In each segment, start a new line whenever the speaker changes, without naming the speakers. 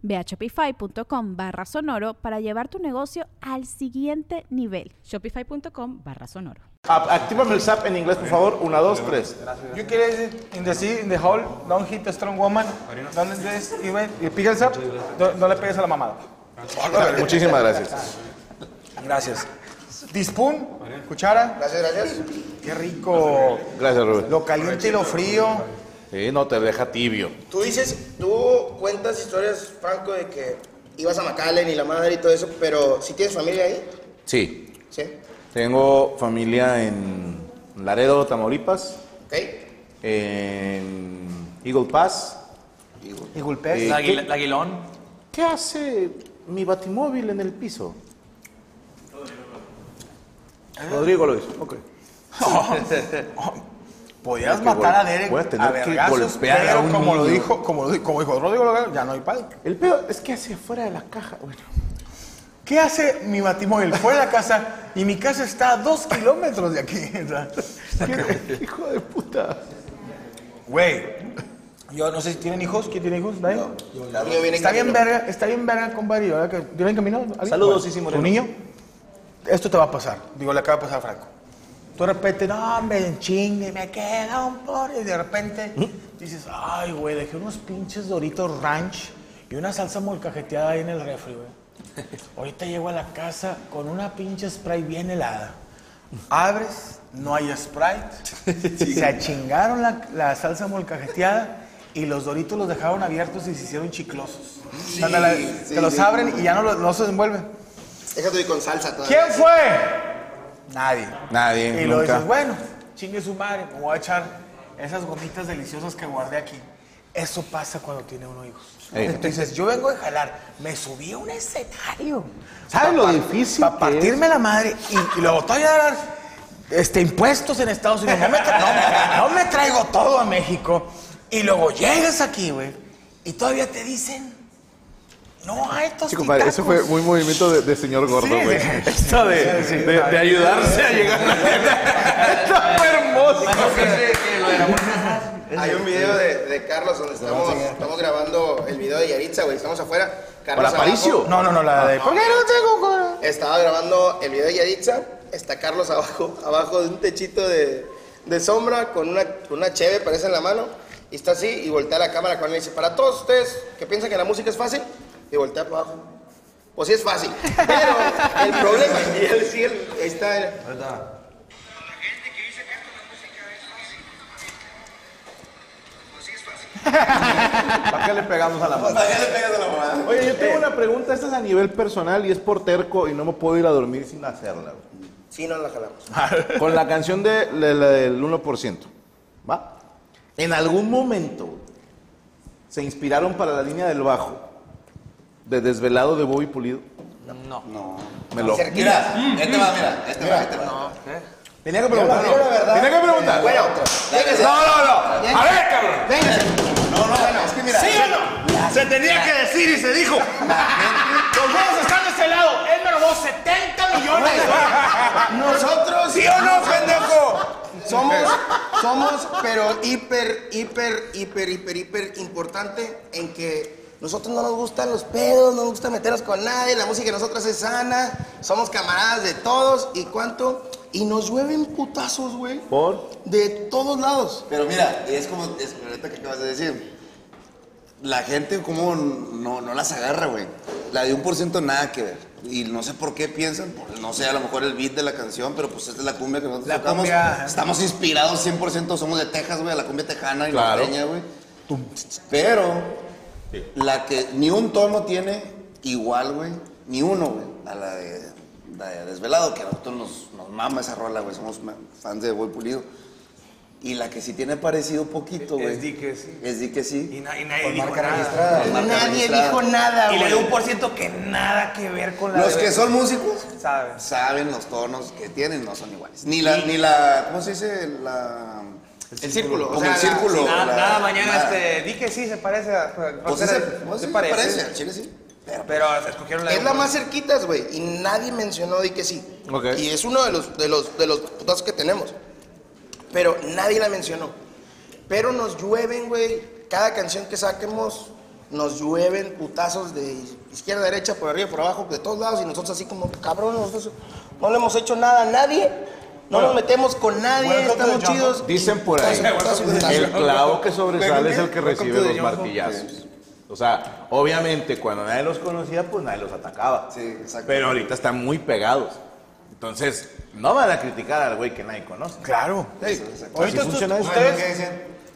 Ve a shopify.com barra sonoro para llevar tu negocio al siguiente nivel.
Shopify.com barra sonoro.
A- Actívame el SAP en inglés, por favor. Una, dos, tres.
You can it in the sea, in the hall, don't hit a strong woman, don't this even, y píguense, no, no le pegues a la mamada.
Muchísimas gracias.
Gracias. Dispun, cuchara. Gracias, gracias. Qué rico.
Gracias, Rubén.
Lo caliente y lo frío.
Sí, no te deja tibio.
Tú dices, tú cuentas historias, Franco, de que ibas a Macallen y la madre y todo eso, pero si tienes familia ahí,
Sí.
¿sí?
Tengo familia en Laredo, Tamaulipas,
¿Ok?
en Eagle Pass.
Y golpes.
Eh, ¿qué,
Laguilón.
qué hace mi batimóvil en el piso? Ah. Rodrigo lo hizo. Ok.
Podías
Tienes que
matar a
gol-
Derek.
voy a tener que
vergazos,
golpear a
pero
un
como lo
niño.
dijo, como, lo di- como dijo Rodrigo Logar, ya no hay padre.
El pedo es que hace fuera de la caja. Bueno.
¿Qué hace mi batimóvil? Fue a la casa y mi casa está a dos kilómetros de aquí. o sea,
¿Qué- hijo de puta.
Güey, yo no sé si tienen hijos. ¿Quién tiene hijos? ¿Nadie?
El niño viene en
Está bien
camino.
verga, está bien verga, compadre. ahora que- ¿Viene encaminado? ¿Alguien?
Saludos,
Bueno,
Sisi
¿Tu
Moreno.
niño? Esto te va a pasar. Digo, le acaba de pasar a Franco. Tú de repente, no, me chingue, me queda un por. Y de repente
¿Mm?
dices, ay, güey, dejé unos pinches Doritos Ranch y una salsa molcajeteada ahí en el refri, güey. Ahorita llego a la casa con una pinche spray bien helada. Abres, no hay Sprite. Se chingaron la, la salsa molcajeteada y los doritos los dejaron abiertos y se hicieron chiclosos. O sea, te la-
sí,
te los
sí.
abren y ya no, los- no se envuelven.
Déjate ir con salsa todavía.
¿Quién fue? Nadie.
Nadie,
Y lo
nunca.
dices, bueno, chingue su madre, me voy a echar esas gomitas deliciosas que guardé aquí. Eso pasa cuando tiene uno hijos.
Ey.
Tú dices, yo vengo de jalar, me subí a un escenario.
¿Sabes lo
Pa-
difícil
pa-
que es?
partirme la madre y, y luego todavía dar este, impuestos en Estados Unidos. No me, tra- no- no me traigo todo a México. Y luego llegas aquí, güey, y todavía te dicen, no hay estos
Sí, compadre, eso fue muy movimiento de, de señor gordo,
Sí,
güey.
de-
Esto de,
sí,
de- de ayudarse a llegar a la meta. Está fue hermoso.
Hay un video de, de Carlos donde estamos, estamos grabando el video de Yaritza, güey. Estamos afuera. Carlos
Hola, Aparicio.
abajo.
No, no, no, la de... ¿Por qué no tengo co-?"
Estaba grabando el video de Yaritza. Está Carlos abajo, abajo de un techito de, de sombra con una, con una cheve, parece en la mano. Y está así y voltea la cámara con él y dice, para todos ustedes que piensan que la música es fácil, y voltea para abajo. Pues sí es fácil, pero el problema, y él sí, él- ahí está, él,
¿Para qué le pegamos a la madre? Eh.
Oye, yo tengo una pregunta, esta es a nivel personal y es por terco y no me puedo ir a dormir sin hacerla. güey.
sí, no la jalamos.
Con la canción de, la- la del 1%, ¿va? En algún momento güey, se inspiraron para la línea del bajo de Desvelado de Bobby Pulido.
No.
Me lo...
Mira, este va, mira, este va, este va.
Tenía que preguntar.
Yo la verdad-
Tenía que preguntar.
Bueno, fíjese.
No, no, no. A ver, cabrón.
Véngase. No, no, bueno, es que mira.
¿Sí o no? Se tenía que decir y se dijo. Los huevos están de este lado. Él me robó 70 millones.
Nosotros,
¿Sí o no, pendejo?
Somos, somos, pero hiper, hiper, hiper, hiper, hiper importante en que nosotros no nos gustan los pedos, no nos gusta meternos con nadie, la música de nosotros es sana, somos camaradas de todos y cuánto. Y nos llueven putazos, güey.
Por...
De todos lados.
Pero mira, es como, es ahorita que acabas de decir. La gente como no, no las agarra, güey. La de un por ciento nada que ver. Y no sé por qué piensan, por- no sé, a lo mejor el beat de la canción, pero pues esta es la cumbia que nosotros
La
tocamos.
cumbia.
Estamos inspirados 100%, somos de Texas, güey, a la cumbia tejana y
Claro.
norteña, güey. Pero la que ni un tono tiene igual, güey, ni uno, güey, a la de, la de Desvelado, que a nosotros nos, nos mama esa rola, güey, somos ma- fans de Boy Pulido. Y la que sí tiene parecido poquito,
Es
güey.
di que sí.
Es di que sí.
Y, na- y nadie
Con
dijo
marca
nada.
registrada. Con marca
Nadie
registrada.
dijo nada,
Y le
güey.
dio un por ciento que nada que ver con la
Los
de-
que son músicos
¿Sabes?
saben los tonos que tienen, no son iguales. Ni la, ni la, ¿cómo se dice? La,
El círculo.
Como
o sea,
el círculo.
Nada,
la-
nada mañana
nada.
este. Di que sí, se parece a.
Pues
¿se
sí se- pues sí se parece, al chile sí. Pero,
Pero se escogieron la
Es
de-
la más cerquitas, güey. Y nadie mencionó de que sí.
Ok.
Y es uno de los, de los, de los putazos que tenemos. Pero nadie la mencionó. Pero nos llueven, güey. Cada canción que saquemos, nos llueven putazos de izquierda, derecha, por arriba, por abajo, de todos lados. Y nosotros así como, cabrón, nosotros no le hemos hecho nada a nadie. No nos metemos con nadie,
Welcome to the
estamos
jungle.
chidos.
Dicen por ahí,
Putazo, putazo.
el clavo que sobresale es el que
Welcome to
recibe
the
los
jungle.
martillazos. O sea, obviamente cuando nadie los conocía, pues nadie los atacaba.
Sí, exacto.
Pero ahorita están muy pegados. Entonces, no van a criticar al güey que nadie conoce.
Claro.
Así
Ahorita
funciona
tú-
esto.
ustedes-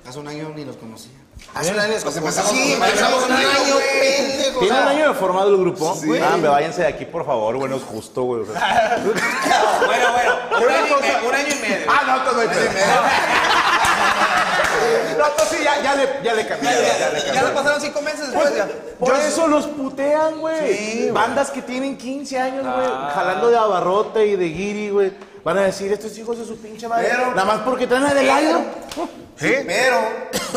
Hace un año ni los conocía.
Hace un año
Pues
como-
empezamos
sí,
con-
empezamos un
empezamos un
año,
año, güey.
pendejo.
¿Tiene
o
un
sea,
año de formado el grupo?
Sí.
Ah, me váyanse de aquí, por favor, bueno, es justo, güey. o sea.
Bueno, bueno. Un
Una
año, y
cosa-
medio, un año y medio.
Ah, no, entonces no hay pedo. No, entonces sí, ya, ya le, ya le cambié. ya le cambié.
Ya lo pasaron cinco meses después. ya.
Por eso los putean, güey.
Sí, güey. Ah.
Bandas que tienen 15 años, güey, jalando de abarrote y de guiri, güey. Van a decir, estos hijos de su pinche madre.
Pero-
Nada más porque traen a del
Pero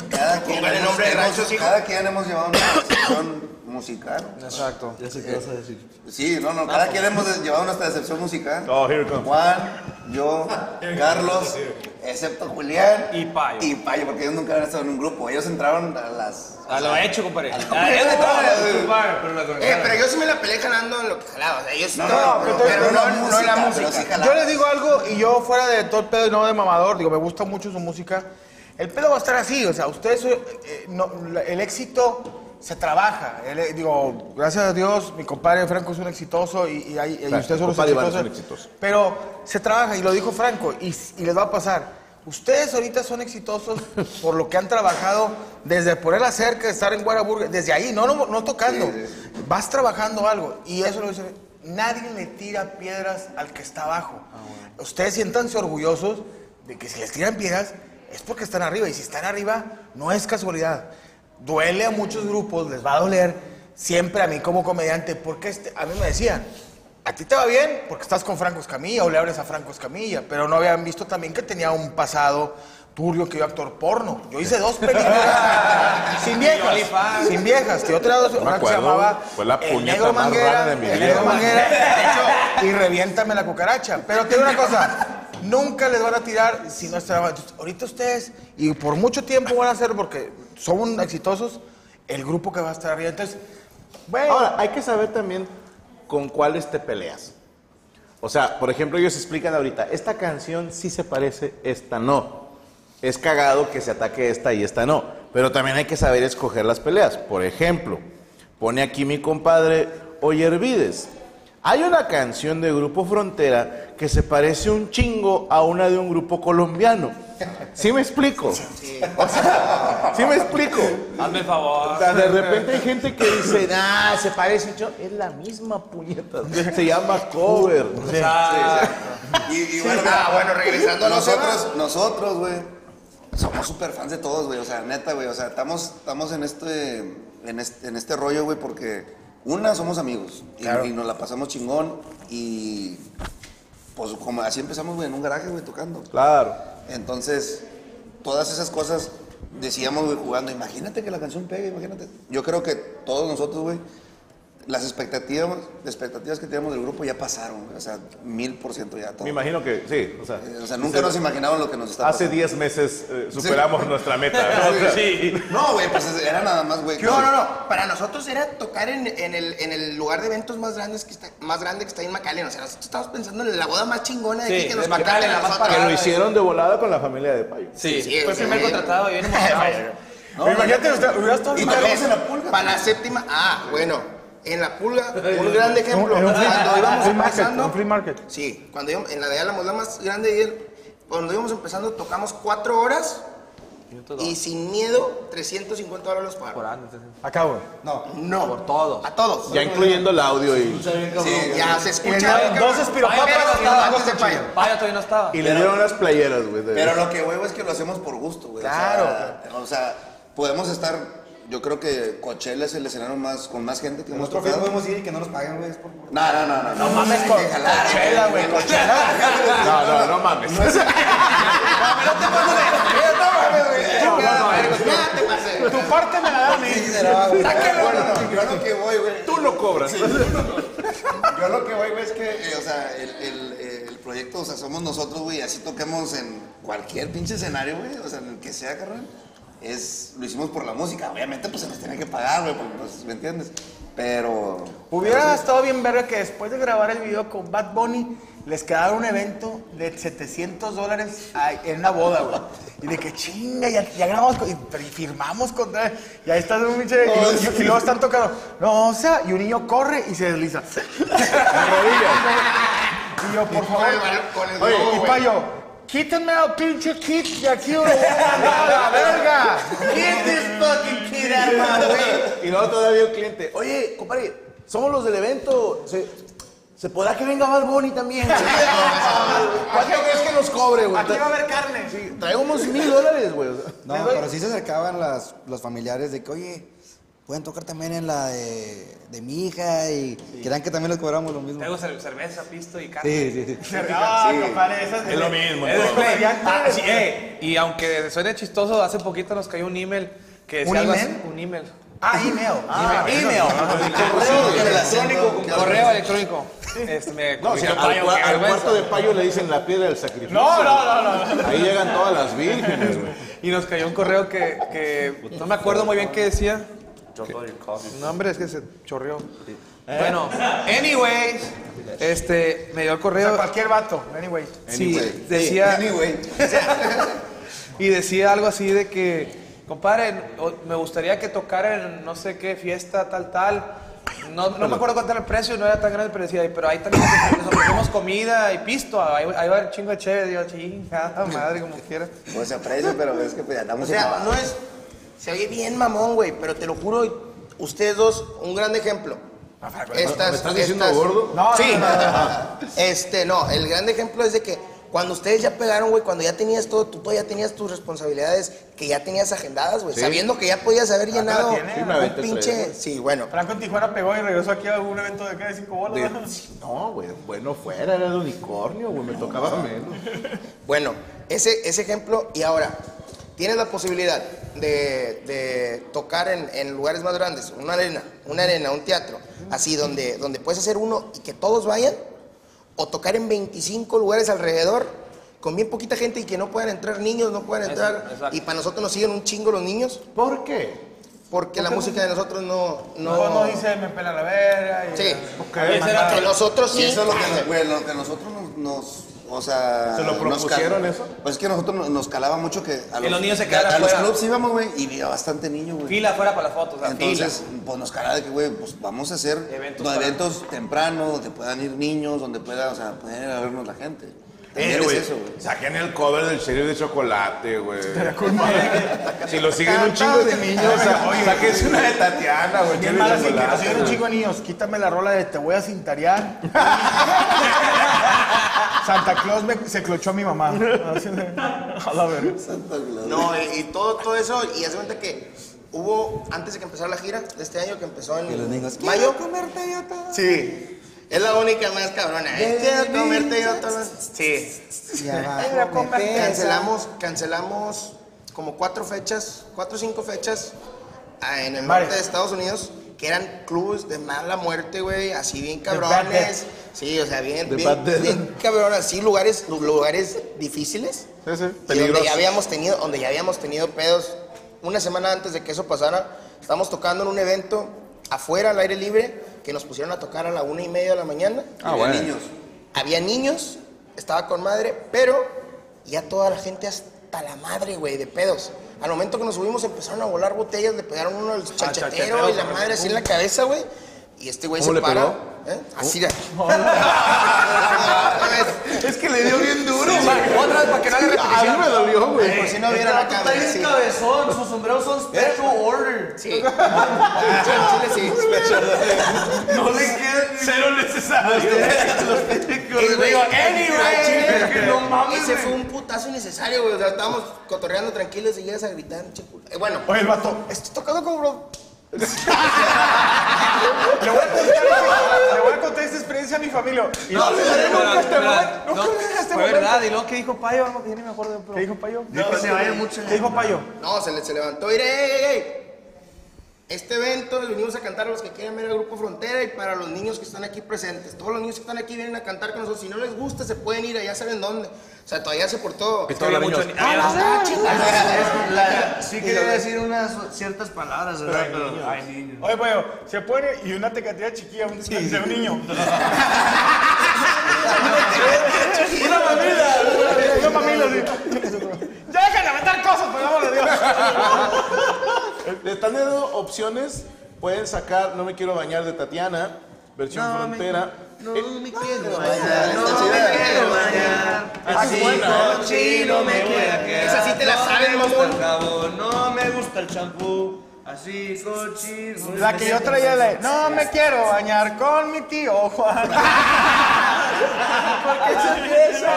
cada quien,
Póngale
hemos-
nombre de
hemos-
ranchos, hijo.
cada quien hemos llevado una decepción musical.
Exacto.
Sí, no, no, cada quien hemos des- llevado nuestra decepción musical.
Oh, here it comes.
Juan, yo, Carlos, excepto Julián.
Y Payo.
Y Payo, porque ellos nunca habían estado en un grupo. Ellos entraron a las...
A lo hecho, compadre. A
hecho, compadre.
Eh, pero yo sí me la peleé jalando en lo que jalaba. O sea, yo sí
No,
estaba-
no,
pero,
pero- pero
no,
la
no
música,
la
pero
música.
sí jalaba.
Yo les digo algo y yo fuera de todo el pedo y no de mamador, digo, me gusta mucho su música. El pedo va a estar así, o sea, ustedes, eh, no, la- el éxito se trabaja. El, eh, digo, gracias a Dios, mi compadre Franco es un exitoso y, y hay- y
Claro,
ustedes
mi
son los
compadre Iván es
exitosos.
un exitoso.
Pero se trabaja y lo dijo Franco y, s- y les va a pasar. Ustedes ahorita son exitosos por lo que han trabajado desde poner la cerca, estar en Guaraburger, desde ahí, no, no, no tocando. Vas trabajando algo y eso lo dice. Nadie le tira piedras al que está abajo. Ustedes siéntanse orgullosos de que si les tiran piedras es porque están arriba y si están arriba no es casualidad. Duele a muchos grupos, les va a doler siempre a mí como comediante porque este- a mí me decían, a ti te va bien porque estás con Franco Escamilla o le hablas a Franco Escamilla, pero no habían visto también que tenía un pasado turbio que yo actor porno. Yo hice dos películas sin viejas, sin viejas, que yo tenía dos, una que se
acuerdo,
llamaba
fue la
El
puñeta
Negro
más
Manguera,
rara de mi
El
vida.
Negro Manguera, de hecho, y reviéntame la cucaracha. Pero te digo una cosa, nunca les van a tirar si no están Ahorita ustedes, y por mucho tiempo van a ser porque son exitosos, el grupo que va a estar arriba. Entonces, bueno,
Ahora, hay que saber también con cuáles te peleas. O sea, por ejemplo, ellos explican ahorita, esta canción sí se parece, esta no. Es cagado que se ataque esta y esta no. Pero también hay que saber escoger las peleas. Por ejemplo, pone aquí mi compadre Ollervides. Hay una canción de Grupo Frontera que se parece un chingo a una de un grupo colombiano. ¿Sí me explico? O sea, ¿sí me explico?
hazme el favor.
O sea, de repente hay gente que dice, ah, se parece mucho. Es la misma puñeta. Se llama cover.
Y, y bueno,
Ah, bueno, regresando a los
nosotros, nosotros, güey, somos súper fans de todos, güey. O sea, neta, güey. O sea, estamos, estamos en este, en este, en este rollo, güey, porque una somos amigos y, y nos la pasamos chingón y pues como así empezamos, güey, en un garaje, güey, tocando.
Claro.
Entonces, todas esas cosas decíamos, güey, jugando. Imagínate que la canción pegue, imagínate. Yo creo que todos nosotros, güey, las expectativas, las expectativas que teníamos del grupo ya pasaron, güey. O sea, mil por ciento ya todo.
Me imagino que sí. O sea,
Eh, O sea, nunca nos imaginaban lo que nos estaba
hace
pasando.
10 meses eh, superamos nuestra meta. ¿no? O sea,
No, güey, pues era nada más, güey.
No, no, no. Para nosotros era tocar en, en el, en el lugar de eventos más grandes que está, más grande que está ahí en McAllen. O sea, nosotros estábamos pensando en la boda más chingona de
Sí,
aquí que nos
de McAllen,
contraten a
la más
nosotros.
que lo hicieron de volada con la familia de Payo.
Sí,
Sí,
fue el
sí.
primer contratado, bien emocionado.
No,
Imagínate, usted- hubieras estado
Y
Y tal
tocamos
vez
en la pulga.
Para la séptima. Ah, bueno. En la pulga, un gran ejemplo.
Un- en un flea-
cuando íbamos
flea market,
empezando.
un flea market.
Sí, cuando íbamos- en la de Álamos, la más grande de él, cuando íbamos empezando, tocamos cuatro horas y sin miedo, 350 dólares para.
Por año, entonces,
Acá, güey.
No.
Por todos.
A todos.
Ya incluyendo el audio y,
Sí, ya se
Y
escucha.
le-
cabrón.
dos espiropapas
Pero
hasta
no,
abajo
antes
se
de fallo.
Ah, yo todavía no estaba.
y le dieron las playeras, güey. de-
Pero lo que huevo es que lo hacemos por gusto, güey. Claro. O sea, podemos estar. Yo creo que Coachella es el escenario más con más gente que hemos
Nosotros
tocado.
podemos ir y que no nos paguen, güey. es por-
No, no, no, no. No
mames,
Sí,
co-
jalar,
Coachella, güey,
No, no, no mames.
No, no, no,
Pero nada te pase.
Tu parte me la dan, ¿eh?
Bueno, yo a lo que voy, güey.
Tú lo cobras.
Yo a lo que voy, güey, es que, eh, o sea, el, el- eh, el proyecto, o sea, somos nosotros, güey, así toquemos en cualquier pinche escenario, güey, o sea, en el que sea, carnal. Es, lo hicimos por la música, obviamente, pues se nos tiene que pagar, güey, porque, pues, ¿me entiendes? Pero.
Hubiera estado bien verga que después de grabar el video con Bad Bunny, les quedara un evento de 700 dólares a- en una boda, güey. Y de que chinga, ya, ya grabamos con- y, pero y firmamos contra. Y ahí está un pinche. y, luego- y luego están tocando. No, o sea, y un niño corre y se desliza. y yo, por favor.
Con el
Oye,
globo,
y
güey.
payo, quítenme al pinche kit de aquí, güey. ¡A la verga!
Get this fucking kid out of my way.
Y luego todavía el cliente, oye, compadre, somos los del evento. Se, se podrá que venga Bad Bunny también. güey?" ¿Cuánto crees que nos cobre, güey?
Aquí va a haber carne.
Traigo unos mil dólares, güey. o sea.
No, pero sí se acercaban las, los familiares de que, oye, pueden tocar también en la de, de mi hija y querían que también les cobramos lo mismo.
Traigo cer- cerveza, pisto y carne.
Sí, sí, sí.
Ah, compadre, esas de-
Es lo mismo,
Es
todo.
de Play.
comediante.
Ah, sí, eh, Y aunque suene chistoso, hace poquito nos cayó un email que decía
¿Un
algo
email?
así- Un email.
Ah, email. Ah,
Email.
el acento,
Correo
que-
Correo electrónico. Este, me
No, o sea,
corrigió
al,
Payo,
cua-
qué
al
vergüenza.
cuarto de payo le dicen la piedra del sacrificio.
No, no, no, no.
güey. Ahí llegan todas las vírgenes, güey.
Y nos cayó un correo que, que no me acuerdo muy bien qué decía. No, hombre, es que se chorreó. Bueno, anyways, este, me dio el
O sea,
correo.
cualquier vato, anyway.
Sí,
Anyway.
decía.
Sí, anyway.
Y decía algo así de que, compadre, o- me gustaría que tocaran en no sé qué fiesta, tal, tal. No, no me acuerdo cuánto era el precio, no era tan grande, pero decía, "Ay, pero ahí también les ofrecemos comida y pisto, ahí, ahí va a haber chingo de chévere. Digo, chingada madre, como quiera.
Pues se aprecia, pero es que pues,
O
ya andamos
sea,
en
no es. Se oye bien mamón, güey, pero te lo juro, ustedes dos, un gran ejemplo. Estas,
¿Me estás diciendo gordo?
No,
sí.
no, no,
Este, no, el gran ejemplo es de que cuando ustedes ya pegaron, güey, cuando ya tenías todo, tú todavía tenías tus responsabilidades que ya tenías agendadas, güey,
Sí.
sabiendo que ya podías haber llenado
tiene,
Sí, me
un
aventé el
pinche.
trailer.
Sí, bueno.
Franco en Tijuana pegó y regresó aquí a algún evento de acá de cinco bolas. ¿verdad?
No, güey, bueno fuera, era el unicornio, güey, me tocaba menos.
Bueno, ese, ese ejemplo, y ahora, tienes la posibilidad de, de tocar en, en lugares más grandes, una arena, una arena, un teatro, así donde, donde puedes hacer uno y que todos vayan, o tocar en 25 lugares alrededor con bien poquita gente y que no puedan entrar niños, no puedan entrar,
exacto.
y para nosotros nos siguen un chingo los niños,
¿Por qué?
porque la música de nosotros no...
Luego
no,
no dice, me pela la verga. Y,
Sí.
Ok.
Y eso era que nosotros sí...
Y eso es lo que, nos- güey, lo que nosotros nos, nos- O sea.
¿Se lo
nos cal-
propusieron eso?
Pues es que nosotros nos, nos calaba mucho que. A
Que los niños se
a-
quedaran
A, los
fuera.
clubs íbamos, güey, y había bastante niño, güey.
Fila fuera para las fotos, o sea,
Entonces, pues nos cara de que, güey, pues vamos a hacer
Eventos
eventos,
para-
temprano, donde puedan ir niños, donde pueda, o sea, pueden ir a vernos la gente.
Eh,
También es
güey,
eso, güey.
saquen el cover del serio de chocolate, güey. Si lo siguen un chingo de niños, sa- sáquense una de Tatiana, güey. Cherry
Bien mal
de
así que nos
chocolate,
dieron un
güey.
chico de niños. Quítame la rola de te voy a cintarear. Santa Claus me- se clochó a mi mamá. Así de- A la verga.
No, y, y todo, todo eso, y hace cuenta que hubo, antes de que empezara la gira de este año, que empezó en
Y los niños,
mayo.
"Quiero comerte yo todo".
Sí. Es la única más cabrona. ¿eh? Quiero comerte yo todo. Sí.
Y abajo
Quiero
me
comer-
pesa.
Cancelamos, cancelamos como cuatro fechas, cuatro o cinco fechas ah, en el
Varias.
norte de Estados Unidos, que eran clubes de mala muerte, güey, así bien
Bad Death.
cabrones. Sí, o sea, bien,
De
bien,
Bad Death.
bien cabrones, así lugares, lugares difíciles.
Sí, sí,
Y donde ya
peligroso.
habíamos tenido, donde ya habíamos tenido pedos. Una semana antes de que eso pasara, estábamos tocando en un evento afuera, al aire libre, que nos pusieron a tocar a la una y media de la mañana.
Ah,
Había
bueno.
niños.
Había niños, estaba con madre, pero ya toda la gente hasta la madre, güey, de pedos. Al
Ah,
momento que nos subimos empezaron a volar botellas, le pegaron uno al
chalchetero,
chanchetero y la
cabrón.
madre así en la cabeza, güey. Y este güey se
¿Cómo le
para.
pegó? Uh.
¿eh? Así de.
Es que le dio bien duro,
O sea, Otra vez para que no
A
haga
mí
repetición.
me dolió, güey.
Por si no vieron la cámara. sí.
cabezón, sus sombreros son
¿Eh?
special order.
Sí. Chile, sí.
No le queda
Cero necesario.
Eh,
Digo,
anyway, es que no mames,
Ese
güey.
fue un putazo innecesario, güey. O sea, estábamos cotorreando tranquilos y llegas a gritar, che, culo. Eh, bueno,
Oye, el vato, estoy tocando como bro.
Le voy a contar.
Le voy a contar esta experiencia a mi familia. Y
No,
le-
espera,
nunca este
espera,
momento,
no,
nunca dejaste este
Fue
momento.
verdad, y luego que dijo Payo, algo que ya ni me acuerdo. Pero...
¿Qué dijo Payo?
se va a ir mucho.
¿Qué dijo Payo?
no, se, le, se levantó. Mire, ey, ey, ey. Este evento les venimos a cantar a los que quieren ver al Grupo Frontera y para los niños que están aquí presentes. Todos los niños que están aquí vienen a cantar con nosotros. Si no les gusta, se pueden ir allá, saben dónde. O sea, todavía se portó.
Todos los niños.
Ah, chingada.
Sí quería decir unas ciertas palabras, ¿verdad? Pero, ay, niño.
Oye, Payo, se pone y una tecatilla chiquilla un, de un niño. una mamila. Una mamila, sí. Ya dejen de aventar cosas, pues vámonos, Dios.
Le están dando opciones. Pueden sacar No me quiero bañar de Tatiana, versión frontera.
No
Eh,
me quiero
Ah,
bañar,
está
no me
chida.
quiero bañar.
Ah,
Así cochino me queda quedar.
Esa sí te la saben,
No me gusta el
mamón.
jabón, no me gusta el champú. Así cochino.
La que yo traía la de, no me quiero bañar con mi tío Juan. ¿Por qué se empieza?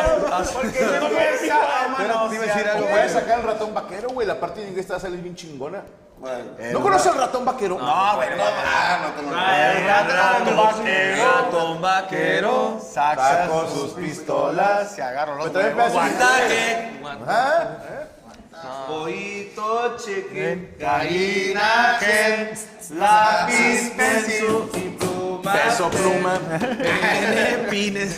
¿Por qué se empieza a manosear?
Como voy a sacar el ratón vaquero, güey. La parte de inglés te va a salir bien chingona.
Bueno,
¿No conoces el ratón vaquero?
no, güey, no, ah, no conozco.
Ratón, el ratón vaquero.
Saco sus pistolas.
Se agarró los
Me trae
huevos.
pedazos.
Guantaje.
Ah,
Pollito chequín, gallinaje, lápiz, peso y pluma.
Peso pluma.
Pene, pines.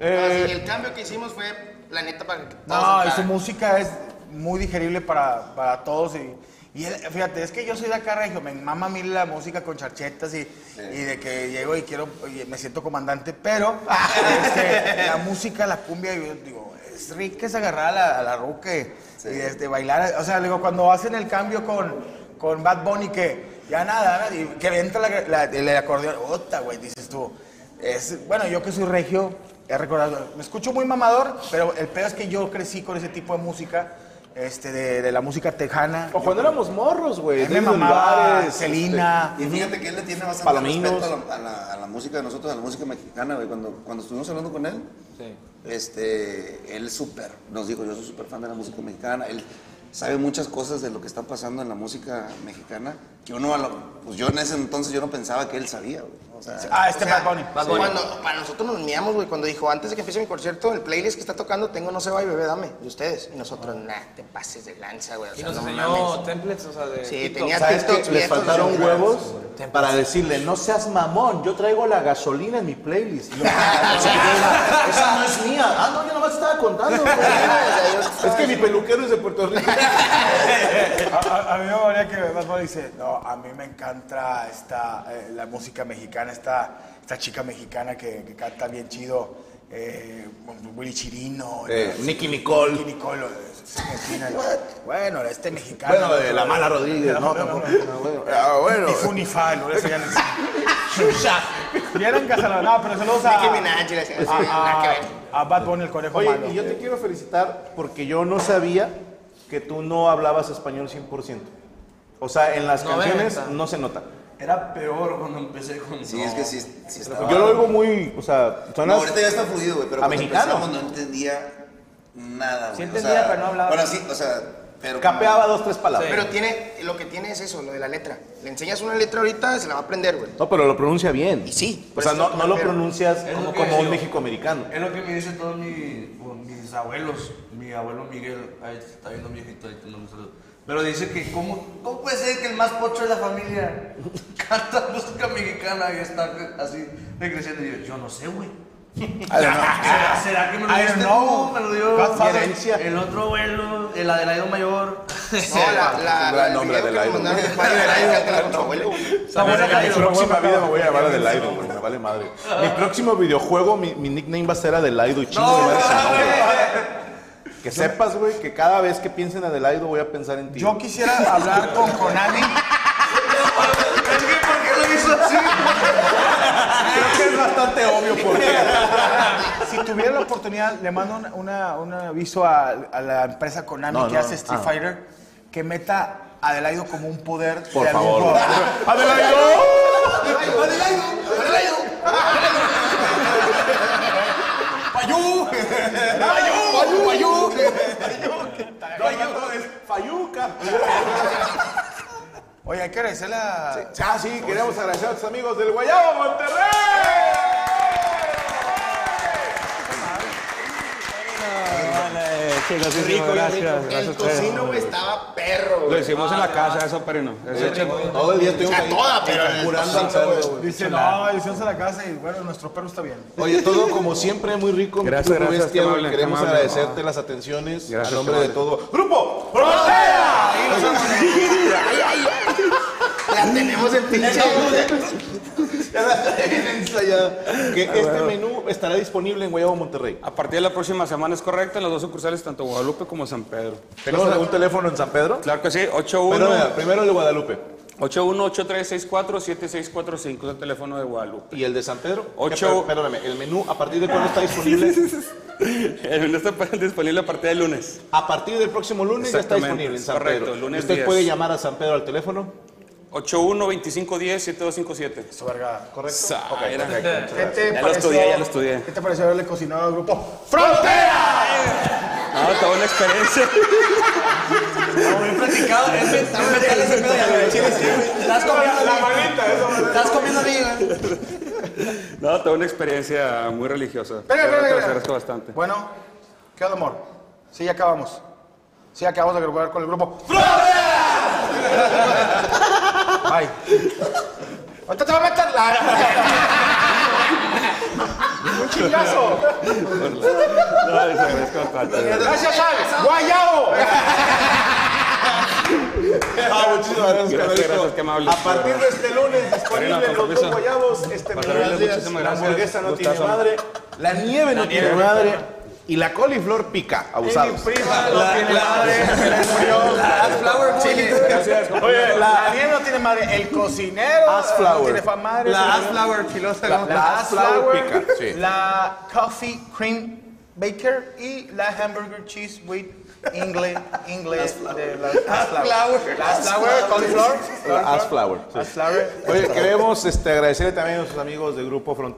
Y el cambio que hicimos fue, la neta, para que todos
No, y
entraran.
su música es muy digerible para, para todos. Y, y él- fíjate, es que yo soy de acá regio, me mama a mí la música con charchetas y, y de que llego y quiero, y me siento comandante, pero este, la música, la cumbia, yo digo, es rica es agarrar a la, a la ruca y- y este, bailar. O sea, digo, cuando hacen el cambio con, con Bad Bunny, que ya nada, nada, y que entra la, la- el acordeón, ¡ota, güey! Dices tú. Es, bueno, yo que soy regio, he recordado, me escucho muy mamador, pero el pedo es que yo crecí con ese tipo de música, este, de, de la música tejana.
O cuando éramos morros, güey.
A mí me
Luis
mamaba
Olivares,
Celina.
Y fíjate que él le tiene bastante
Palominos.
respeto a la, a la- a la música de nosotros, a la música mexicana, güey. Cuando, cuando estuvimos hablando con él, este, él súper, nos dijo, yo soy súper fan de la música mexicana. Él sabe muchas cosas de lo que está pasando en la música mexicana que uno, a lo- pues yo en ese entonces yo no pensaba que él sabía, güey. O sea,
Ah, este
O sea,
Bad Bunny.
Cuando, para nosotros nos uníamos, güey, cuando dijo, antes de que empiece mi concierto, el playlist que está tocando, tengo No se va y bebé, dame, de ustedes. Y nosotros, nah, te pases de lanza, güey. O
Y
sea, no
nos enseñó
mames.
templates, o sea, de.
Sí,
TikTok.
tenía
¿Sabes
TikToks
qué? Les
viejos,
faltaron
güey.
huevos para decirle, no seas mamón, yo traigo la gasolina en mi playlist. Y yo, Esa no es mía. Ah, no, yo nomás estaba contando. güey. es que mi peluquero es de Puerto Rico.
A, a- a mí me valía que Bad Bunny dice, no, a mí me encanta esta, eh, la música mexicana, esta, esta chica mexicana que, que canta bien chido, eh, Willy Chirino.
Eh,
y-
Nicky Nicole.
Nicky Nicole. eh, Argentina, y- bueno, este mexicano.
Bueno, de la mala Rodríguez, no, tampoco. Ah, bueno.
Ni fu ni fa, no eso ya no existe. Vieron que se lo- No, pero saludos a.
Nicki Minaj, y la chingada, sí, nada que
a,
ver.
a, a Bad Bunny, el conejo
Oye,
malo.
y yo te quiero felicitar porque yo no sabía que tú no hablabas español 100%. O sea, en las
No,
canciones
venga.
no se nota.
Era peor cuando empecé con.
sí, es que sí, sí estaba...
Yo lo oigo muy, o sea,
No,
suena
ahorita ya está fluido, güey, pero
¿A
cuando
mexicano?
empezamos no entendía nada, güey.
Sí
o
entendía,
sea,
pero no hablaba.
Bueno, sí, o sea, pero...
capeaba dos tres palabras.
Pero tiene, lo que tiene es eso, lo de la letra. Le enseñas una letra ahorita, se la va a aprender, güey.
No, pero lo pronuncia bien.
Y sí,
O
por
sea,
eso
no,
te
no lo
refiero.
pronuncias
Es lo
como,
que
como un
yo-
México-americano.
Es lo que me dicen todos mis, bueno, mis abuelos. Mi abuelo Miguel, ahí está viendo mi viejito, ahí te mando un saludo. Pero dice que, ¿cómo, ¿cómo puede ser que el más pocho de la familia canta música mexicana y está así regresiendo? Y yo, yo no sé, güey.
Ah,
¿Será, será que me lo
I
diste
don't know.
tú? Me lo dio
Godfather.
Herencia. el otro abuelo, el Adelaide mayor.
No, la, la, la, el
nombre
video
del
que
Iron
nos
Man.
mandaron de Mario Delay, cántala con tu abuelo, güey.
En mi próxima vida me voy a llamar Adelaido, güey. Me vale madre. Mi próximo videojuego, mi, mi nickname va a ser Adelaido y chingo su madre ese nombre. Que sepas, güey, que cada vez que piense en Adelaido voy a pensar en ti.
Yo quisiera hablar con Konami.
Es que
bastante obvio porque.
Si tuviera la oportunidad, le mando un, una- un aviso a, a la empresa Konami
No,
que
no,
hace Street
ah.
Fighter que meta a Adelaido como un poder
Por
de algún
favor.
juego.
¡Adelaido!
¡Payú! ¡Payú! ¡Payú!
Oye, hay que agradecerle a.
Ah, sí, queremos agradecer a nuestros amigos del Guayabo Monterrey.
rico, gracias.
El cocino,
este,
güey, estaba perro,
Lo
güey.
hicimos en la casa, eso, pero no. Eso es rico.
Todo el día estuvimos
A toda, pero en el
curando al cerdo, güey.
Dice, no, le hicimos a la casa y bueno, nuestro perro está bien.
Oye, todo como siempre, muy rico. mi
Gracias,
Grupo
gracias,
Bestia,
qué
güey.
amable,
Queremos
qué amable.
agradecerte las atenciones
Gracias,
a nombre
qué
de
amable.
todo. ¡Grupo Frontera!
La tenemos en pinche.
Ya la tienen ensayada. Que
Ah,
este menú estará disponible en Guayabo Monterrey.
A partir de la próxima semana es correcto en los dos sucursales, tanto Guadalupe como San Pedro.
¿Tenemos algún teléfono en San Pedro?
Claro que sí,
Pero
81
mira, primero el de Guadalupe.
81-8364-7645 es el teléfono de Guadalupe.
¿Y el de San Pedro? ¿Qué,
Ocho.
per- Perdóname, ¿el menú a partir de cuándo está disponible?
El menú está este disponible a partir del lunes.
A partir del próximo lunes ya está
Exactamente,
disponible en
es
San
correcto,
Pedro.
lunes
Usted
10.
puede llamar a San Pedro al teléfono.
81-2510-7257.
¿Correcto?
Sa-
Ok,
era-
perfecto.
¿Qué te
Ya lo
pareció-
estudié, ya lo estudié.
¿Qué te pareció haberle cocinado al grupo?
Ah, toda una experiencia.
Platicado, es mental, es mental ese pedo, ya, güey. Estás comiendo la manita, Estás comiendo bien, güey.
No, toda una experiencia muy religiosa.
Espera, espera,
Te
espera.
agradezco bastante.
Bueno, ¿qué onda, amor? Sí, ya acabamos. Sí, acabamos de jugar con el grupo. Ay. Ahorita te va a meter la... ¡Un chingazo!
No, les agradezco bastante.
¡Gracias, Al! ¡Guayabo!
Ah, muchísimas gracias,
Gracias,
Carmelito.
gracias, qué amable.
A partir de este lunes disponible
Karina,
en los dos
con permiso.
guayabos. Este menú,
servirles,
gracias.
muchísimas
La
gracias.
hamburguesa no tiene
Gustazo.
madre. La nieve no tiene madre. Y la coliflor pica, abusados.
Gracias.
Oye, la Daniel no tiene madre. El cocinero
As
no
flower.
tiene fa- madre.
La
señor.
Asflower filosa.
La-
¿no?
La
As
As
flower
Flower,
pica, sí.
la Coffee Cream Baker y la Hamburger Cheese with English, English de la As Flower. La As Flower, cauliflower.
La As flower. sí.
As Flower.
Oye, queremos este, agradecerle también a nuestros amigos del Grupo Front.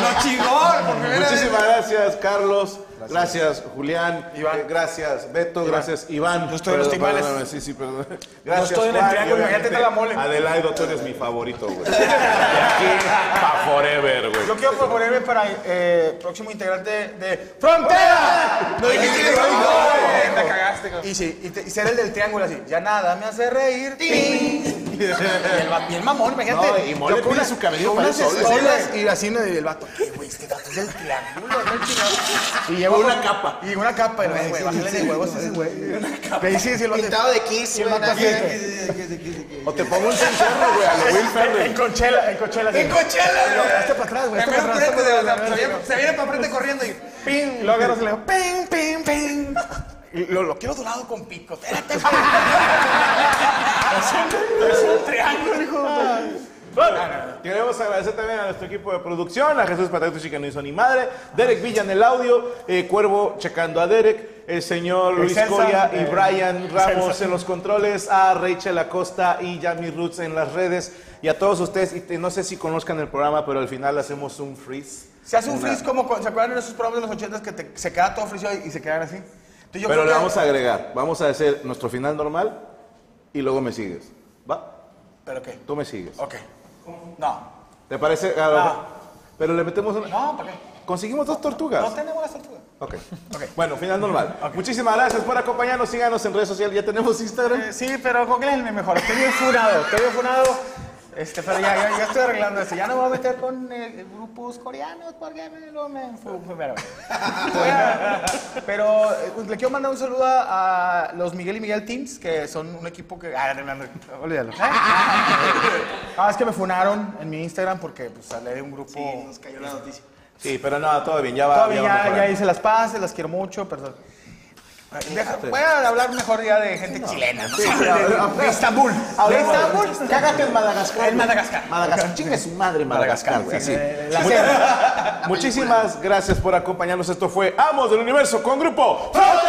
Lo chingón, por primera vez.
Muchísimas gracias, Carlos. Gracias, Julián.
Iván.
Eh, Gracias, Beto. Gracias, Iván.
Yo estoy en los
Perdón,
timbales.
perdóname, Sí, sí, perdón. Gracias,
estoy en el
Juan, y
triángulo, imagínate
obviamente,
la mole.
Adelaido, tú eres mi favorito, güey. De aquí pa' forever, güey.
Yo quiero proponerme para eh, próximo integrante de Frontera. No dijiste que no. Te cagaste. Y sí, y, te- y ser el del triángulo así. Ya nada me hace reír. Tin. y, el, va- y el mamón, imagínate.
No, y Mole
Yo con
pide
unas-
su cabello
con
para
unas
él solo,
estolas y así no, y el vato. "¿Qué, güey, este vato es del triángulo, no el chingado". Y lleva una capa. Y una capa. Y güey, güey, bájale de huevos a ese güey. Pero ahí sí, sí, lo hace.
Pintado de Kiss,
Y el
güey,
vato así.
nada.
O te pongo un cencerro, güey, a lo Will Ferrell.
En Coachella, en Coachella. sí.
¡En Coachella, güey!
Hazte para atrás, güey.
En
hazte para
menos
atrás, hazte
frente,
para
güey,
atrás.
se viene- Se viene para frente corriendo y...
ping, lo agarras y le digo, ping, ping, ping. Y Lo, lo quiero dorado con pico. Espérate, güey. es, un, es un triángulo, hijo.
Bueno, queremos agradecer también a nuestro equipo de producción, a Jesús Patatucci que no hizo ni madre, Derek Villa en el audio, eh, Cuervo checando a Derek, el señor Luis
Celsa,
Coria y
eh,
Brian Ramos
Celsa.
en los controles, a Rachel Acosta y Yami Roots en las redes, y a todos ustedes, y te- no sé si conozcan el programa, pero al final hacemos un freeze.
Se hace un frizz como, con- ¿se acuerdan de esos programas de los ochentas que te- se queda todo frizz y se quedan así? Entonces
Pero
yo creo
le
que-
vamos a agregar, vamos a hacer nuestro final normal y luego me sigues. ¿Va?
¿Pero qué?
Tú me sigues.
Ok. No.
¿Te parece? A lo- Pero le metemos una...
No, ¿para qué?
Conseguimos dos tortugas.
No tenemos la tortuga.
Ok. Bueno, final normal. Muchísimas gracias por acompañarnos. Síganos en redes sociales. Ya tenemos Instagram.
Eh, sí, pero Coquín es mi mejor. Estoy bien funado, estoy bien funado. Este, pero ya, ya, ya estoy arreglando eso. Ya no me voy a meter con eh, grupos coreanos porque me lo me enfu- primero. Voy a- Pero eh, le quiero mandar un saludo a los Miguel y Miguel Teams, que son un equipo que. Ah, no, no, no, olvídalo. Ah, es que me funaron en mi Instagram porque pues, sale de un grupo.
Nos cayó la noticia.
Sí, pero no, todo bien. Ya va.
Todavía
va
ya,
mejorando.
ya hice las paces, las quiero mucho, perdón. Deja- voy a hablar mejor ya de gente chilena, ¿no?
Sí, a-
de Estambul.
De
De
Estambul,
Estambul.
cágate en Madagascar.
En Madagascar.
Madagascar. Chingue su madre Madagascar, güey.
sí,
así.
eh, la
Much-
selva.
Muchísimas gracias por acompañarnos. Esto fue Amos del Universo con Grupo Frodo.